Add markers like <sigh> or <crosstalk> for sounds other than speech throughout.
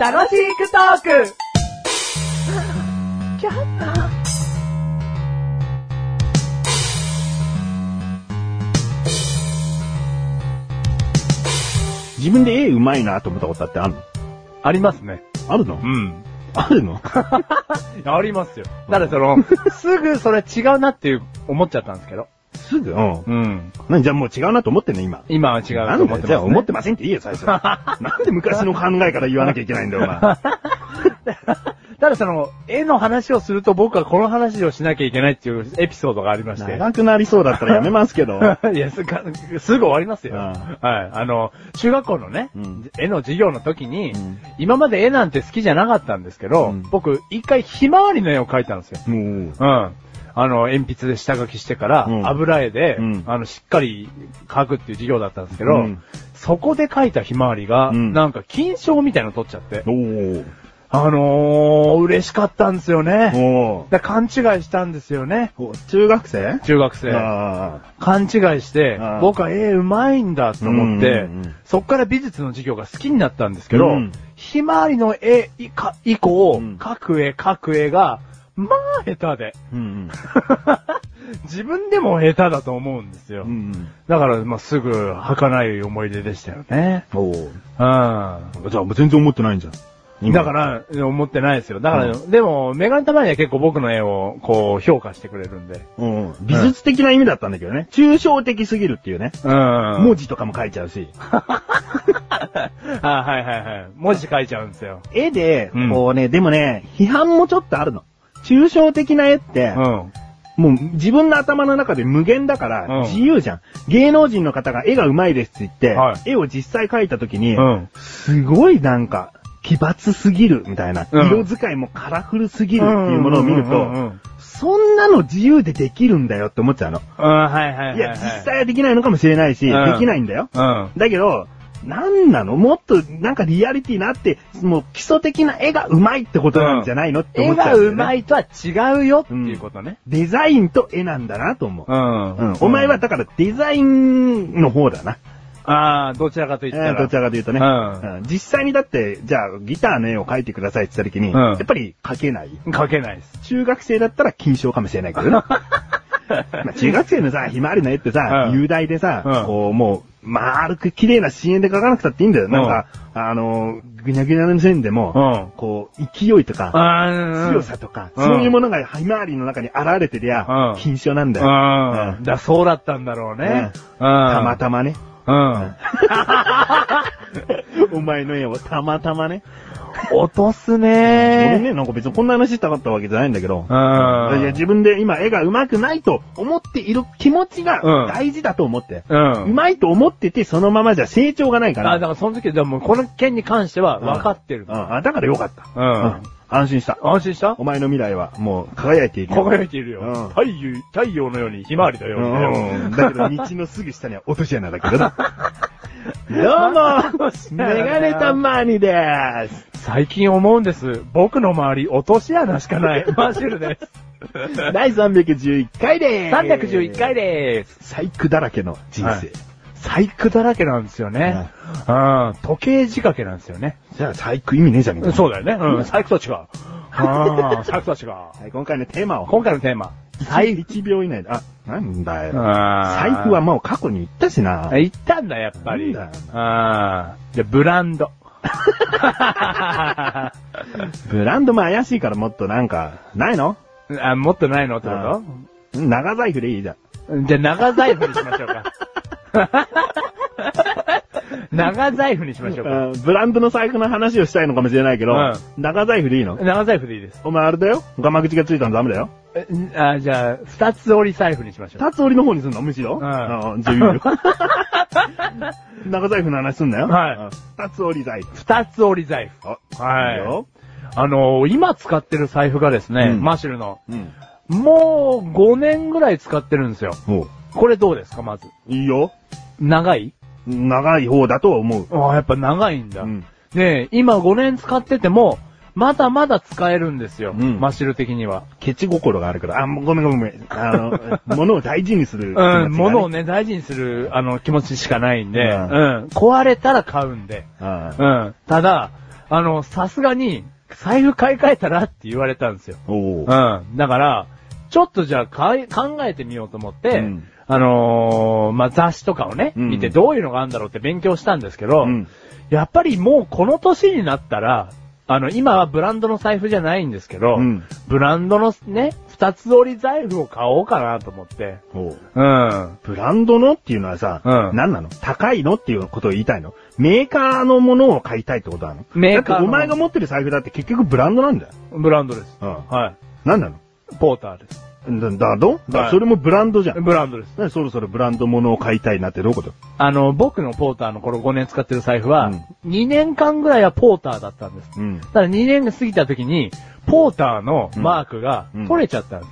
楽しくトーク自分で絵うまいなと思ったことってあるのありますね。あるのうん。あるのありますよ。ただ <laughs> その、すぐそれ違うなっていう思っちゃったんですけど。すぐうん。うん。何じゃあもう違うなと思ってんの今。今は違うなとん思っだよてます、ね。じゃあ思ってませんっていいよ、最 <laughs> 初。なんで昔の考えから言わなきゃいけないんだよ、お前。ただその、絵の話をすると僕はこの話をしなきゃいけないっていうエピソードがありまして。長くなりそうだったらやめます <laughs> けど。いや、すぐ、すぐ終わりますよ。うんはい。あの、中学校のね、うん絵の授業の時に、うん今まで絵なんて好きじゃなかったんですけど、うん僕、一回ひまわりの絵を描いたんですよ。もう、うん。あの、鉛筆で下書きしてから、うん油絵で、うんあの、しっかり描くっていう授業だったんですけど、うんそこで描いたひまわりが、うんなんか金賞みたいなの取っちゃって、おーあのー、嬉しかったんですよね。おだ勘違いしたんですよね。ー中学生中学生。あ勘違いしてあー、僕は絵うまいんだと思って、うんうんうんそっから美術の授業が好きになったんですけど、うんひまわりの絵以下以降、うん描く絵描く絵が、まあ下手で。あ。うん自分でも下手だと思うんですよ。うん。うんだから、まあ、すぐ儚い思い出でしたよね。うん。おーうん。じゃあもう全然思ってないんじゃん。今だか、ら、思ってないですよ。だから、でも、メガネたまには結構僕の絵を、こう、評価してくれるんで。うん。美術的な意味だったんだけどね。抽象的すぎるっていうね。うん。も文字とかも書いちゃうし。 <laughs> あ、はいはいはい。文字書いちゃうんですよ。絵でうん、こうね、でもね、批判もちょっとあるの。抽象的な絵って、うん。もう自分の頭の中で無限だからうん、自由じゃん。芸能人の方が絵が上手いですって言って、はい絵を実際描いた時に、うん。すごいなんか、奇抜すぎるみたいな、うん色使いもカラフルすぎるっていうものを見るうんうんうんうとん、そんなの自由でできるんだよって思っちゃうの。うん、はいはいはいはい。いや、実際はできないのかもしれないし、うんできないんだよ。うん。だけど、なんなのもっと、なんかリアリティなって、もう基礎的な絵が上手いってことなんじゃないのって思絵っちゃがう、ね。上手い。いとは違うよっていうことね。デザインと絵なんだなと思う。んうん。お前は、だからデザインの方だな。ああ、どちらかと言ったえら。ーどちらかというとね。うんうん実際にだって、じゃあギターの絵を描いてくださいって言った時に、んやっぱり描けない。書けないです。中学生だったら金賞かもしれないけど <laughs> な。まあ中学生のさ、ひまわりの絵ってさ、うん雄大でさ、うんこう、もう、丸く綺麗な深淵で描かなくたっていいんだよ。なんか、あの、ぐにゃぐにゃの線でも、ん。こう、勢いとか、あー強さとか、うんそういうものがひまわりの中に現れてりゃう、ん金賞なんだよ。うん。だ、そうだったんだろうね。うん。たたまたまね。ま。お前の絵をたまたまね。うん。落とす俺ねね、なんか別にこんな話したかったわけじゃないんだけど。いうやん。自分で今絵が上手くないと思っている気持ちがうん大事だと思って。うん。うまいと思ってて、そのままじゃ成長がないかあ、だら。からその時、でもこの件に関してはうん分かってるう。んあだからよかった。うん安心した。安心したお前の未来はもう輝いている。輝いているうんよ。太陽、太陽のように、ひまわりだよ。うんだけど、道のすぐ下には落とし穴だけどな。 <laughs> どうもメガネたまーにでー <laughs> す最近思うんです。僕の周り、落とし穴しかない。マジルです。 <laughs> 第311回でーす311回でーす。細工だらけの人生。はい細工だらけなんですよね。うん。時計仕掛けなんですよね。じゃあ、細工意味ねえじゃん。そうだよね。うん。細工と違う。あ <laughs> あ、細工と違う。はい、今回のテーマを。今回のテーマ。財1秒以内だ。あ、なんだよ。財財布はもう過去に言ったしな。言ったんだ、やっぱり。なんだよああ。じゃあ、ブランド。ブランドも怪しいからもっとなんか、ないのあ、もっとないのってこあ長財布でいいじゃん。とじゃあ、長財布にしましょうか。 <laughs> 長財布にしましょうか。うんブランドの財布の話をしたいのかもしれないけど、う長財布でいいの長財布でいいです。お前あれだよガマ口がついたのダメだよえあじゃあ、二つ折り財布にしましょう。タツ折りの方にすんのむしろうんあじゃあいいよ <laughs> 長財布の話すんだよはいうんタツ折り財布。二つ折り財布。あはいいよあのー今使ってる財布がですね、うんマシュルの。うん。もう5年ぐらい使ってるんですよ。もこれどうですか、まず。う、いいよ。長い長い方だと思う。ああ、やっぱ長いんだ。うんねえ、今5年使ってても、まだまだ使えるんですよ。うんマシル的には。ケチ心があるから、あ、もうごめんごめんごめん。あ <laughs> の、物を大事にする気持ちがね。うん、物をね、大事にする、あの、気持ちしかないんで、ううんん、壊れたら買うんで、ああ。うん。ただ、あの、さすがに、財布買い替えたらって言われたんですよ。おお。うん。だから、ちょっとじゃあかい考えてみようと思って、うんあのーまあ、雑誌とかをね、うん見てどういうのがあるんだろうって勉強したんですけど、うんやっぱりもうこの年になったら、あの、今はブランドの財布じゃないんですけど、うんブランドのね、二つ折り財布を買おうかなと思って。おううん。ブランドのっていうのはさ、うん何なの高いのっていうことを言いたいのメーカーのものを買いたいってことなのメーカだーのってお前が持ってる財布だって結局ブランドなんだよ。ブランドです。うん。は何なのい。ポーターです。だ、だどだ、はいそれもブランドじゃん。ブランドです。なんでそろそろブランドものを買いたいなってどういうことあの、僕のポーターの頃5年使ってる財布は、うん2年間ぐらいはポーターだったんです。うん。ただ2年が過ぎた時に、ポーターのマークがうん取れちゃったんで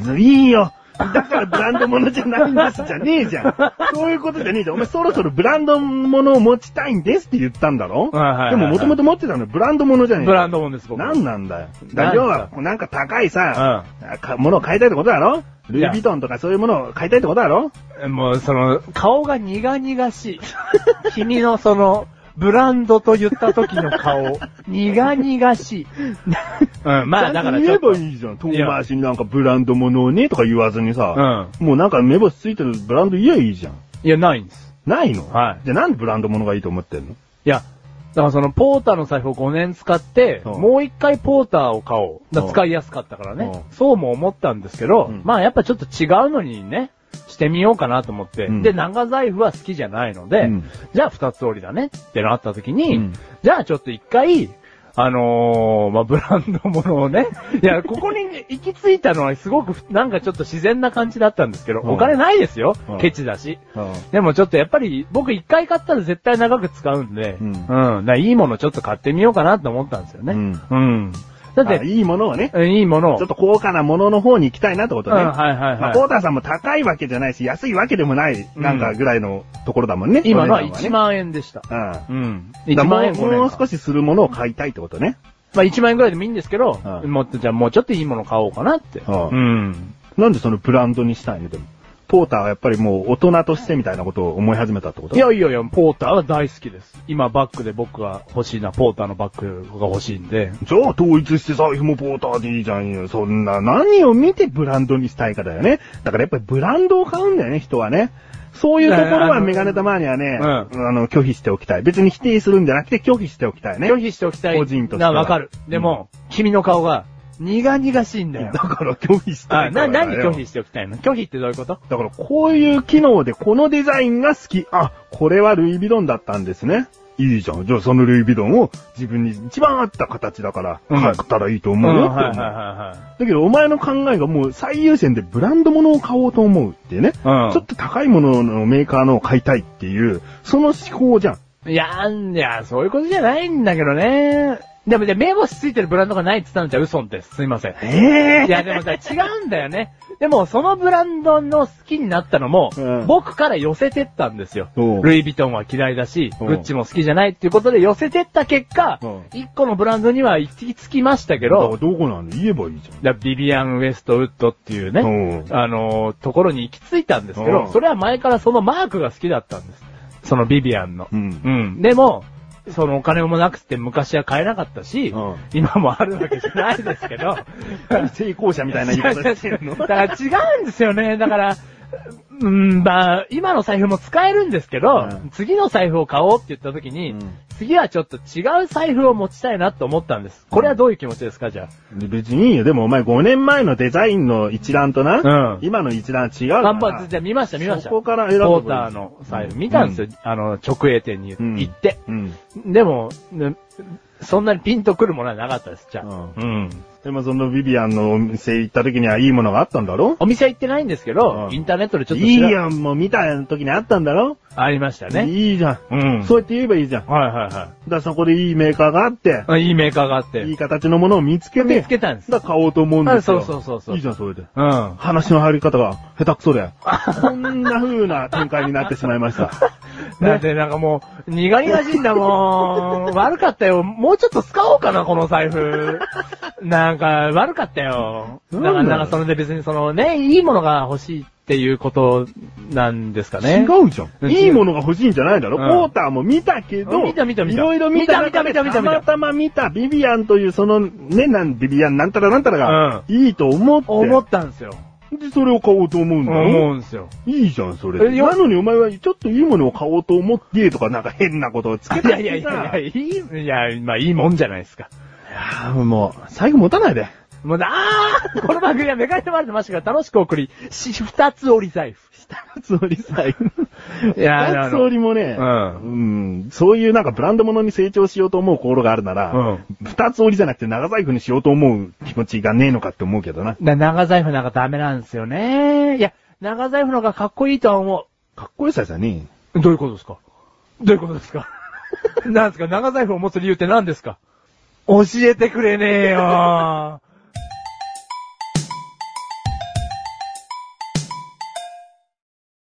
す。だだいいよだからブランドものじゃないんですじゃねえじ <laughs> ゃん。そういうことじゃねえじゃん。お前そろそろブランドものを持ちたいんですって言ったんだろはいはいはいはいでももともと持ってたのブランドものじゃねえブランドもんです、僕。なんなんだよ。だなんか要は、なんか高いさ、かものを買いたいってことだろルイ・ヴィトンとかそういうものを買いたいってことだろもう、その、顔が苦々しい。 <laughs> 君のその、ブランドと言った時の顔、苦々しい。 <laughs> うん、まあだからちちゃょんっと言えばと。いいじゃん。遠回しになんかブランドものをねとか言わずにうさ、ん。もうなんか目星ついてるブランド言えばいいじゃん。いや、ないんです。ないのはいじゃあなんでブランドものがいいと思ってんのいや、だからその、ポーターの財布を5年使って、うんもう一回ポーターを買おう。だうん使いやすかったからね。うそうも思ったんですけど、うんまあやっぱちょっと違うのにね、してみようかなと思って。うんで、長財布は好きじゃないので、うんじゃあ二つ折りだねってなった時に、うんじゃあちょっと一回、あのー、まあ、ブランドものを <laughs> ね。いや、ここに行き着いたのはすごく、なんかちょっと自然な感じだったんですけど、うんお金ないですようん。ケチだし。でもちょっとやっぱり、僕一回買ったら絶対長く使うんで、ううんん。だからいいものちょっと買ってみようかなと思ったんですよね。うんうん。だっあて、いいものはね、いいものを。ちょっと高価なものの方に行きたいなってことね。うんはいはいはいまあ、ポーターさんも高いわけじゃないし、安いわけでもない、なんかぐらいのところだもんね。今のはお値段1万円でした。はね。うん。うん。だ1からもう万円5も年う少しするものを買いたいってことね。まあ1万円ぐらいでもいいんですけど、うんもっとじゃあもうちょっといいもの買おうかなって。うんん。なんでそのブランドにしたいのでも。ポーターはやっぱりもう大人としてみたいなことを思い始めたってこといやいやいや、ポーターは大好きです。今バッグで僕が欲しいのはポーターのバッグが欲しいんで。じゃあ統一して財布もポーターでいいじゃんよ。そんな、何を見てブランドにしたいかだよね。だからやっぱりブランドを買うんだよね、人はね。そういうところねあはのメガネたまにはね、うんあの、拒否しておきたい。別に否定するんじゃなくて拒否しておきたいね。拒否しておきたい。個人としてはなわかる。でも、君の顔が苦々しいんだよだ。から拒否してあ、おきたな、い。何拒否しておきたいの拒否ってどういうことだからこういう機能でこのデザインが好き。あ、これはルイ・ヴィドンだったんですね。いいじゃん。じゃあそのルイ・ヴィドンを自分に一番合った形だから、うん買ったらいいと思うよって思う。はだけどお前の考えがもう最優先でブランド物を買おうと思うっていうね。いはい。ちょっと高いもののメーカーのを買いたいっていう、その思考じゃん。と、いや、いや、そういうことじゃないんだけどね。でもね、目星ついてるブランドがないって言ったのじゃ嘘です。すいません。えいや、でもさ、違うんだよね。でも、そのブランドの好きになったのも、うん僕から寄せてったんですよ。おうルイ・ヴィトンは嫌いだし、おうグッチも好きじゃないっていうことで寄せてった結果うん、一個のブランドには行き着きましたけだからど、どこなの言えばいいじだビビアン・ウェストウッドっていうゃね、ん。うん。あのーところに行き着いたんですけうどん、それは前からそのマークが好きだったんです。そのビビアンの。うんうん。でも、そのお金もなくて昔は買えなかったし、うん <laughs> 今もあるわけじゃないですけど、成功 <laughs> 者みたいな言い方してるの <laughs> だから違うんですよね。だから、うん、まあ、今の財布も使えるんですけど、うん次の財布を買おうって言った時に、うん次はちょっと違う財布を持ちたいなと思ったんです。これはどういう気持ちですか、じゃで別にいいよ。でもお前5年前のデザインの一覧とな、うん今の一覧違うかあ。ら。パンパン、じゃあ見ました、見ました。そこから選ぶポーターの財布見たんですよ。うあの、直営店にうん行って。うん。でも、ねそんなにピンとくるものはなかったです、じゃあ。ううん。でもそのビビアンのお店行った時にはいいものがあったんだろお店は行ってないんですけど、うんインターネットでちょっといい調べやんも見た時にあったんだろ、ありましたね。いいじゃん。うんそうやって言えばいいじゃん。だかはいはいはらそこでいいメーカーがあって、いあ。いいメーカーがあって。いい形のものを見つけて、見つけたんです。だから買おうと思うんですよ。あそうそうそうそういいじゃん、それで。うん。あ話の入り方が下手くそ <laughs> で、こんな風な展開になってしまいました。だってなんかもう、苦々しいんだ <laughs> もん。悪かったよ。もうちょっと使おうかな、この財 <laughs> 布。なんか、悪かったよ。だから、なんだなんかそれで別にそのね、いいものが欲しいっていうことなんですかね。違うじゃうんん。いいものが欲しいんじゃないだろ。うんポーターも見たけど、見た見た見たいろいろ見た見た見た見た見た中でたまたま見たビビアンというそのね、なん、ビビアンなんたらなんたらが、いいと思って、思ったんですよ。で、それを買おうと思うんだ思ろ。うんですよ。いいじゃん、それ。えよなのにお前はちょっといいものを買おうと思って、とかなんか変なことをつけいたやりいやいや、さいい、いや、まあいいもんじゃないですか。あーもう、最後持たないで。もうな、あーこの番組はメガネとマルでましたから楽しくお送り、し、二つ折り財布。つおり最後。いやーあのつおりもね、うんうんそういうなんかブランド物に成長しようと思う心があるなら、二つ折りじゃなくて長財布にしようと思う気持ちがねえのかって思うけどな。な長財布なんかダメなんですよね。いや、長財布の方がかっこいいとは思かっこよさじゃねう。どういうことですかどういうことですかなんですか長財布を持つ理由って何ですか教えてくれねえよ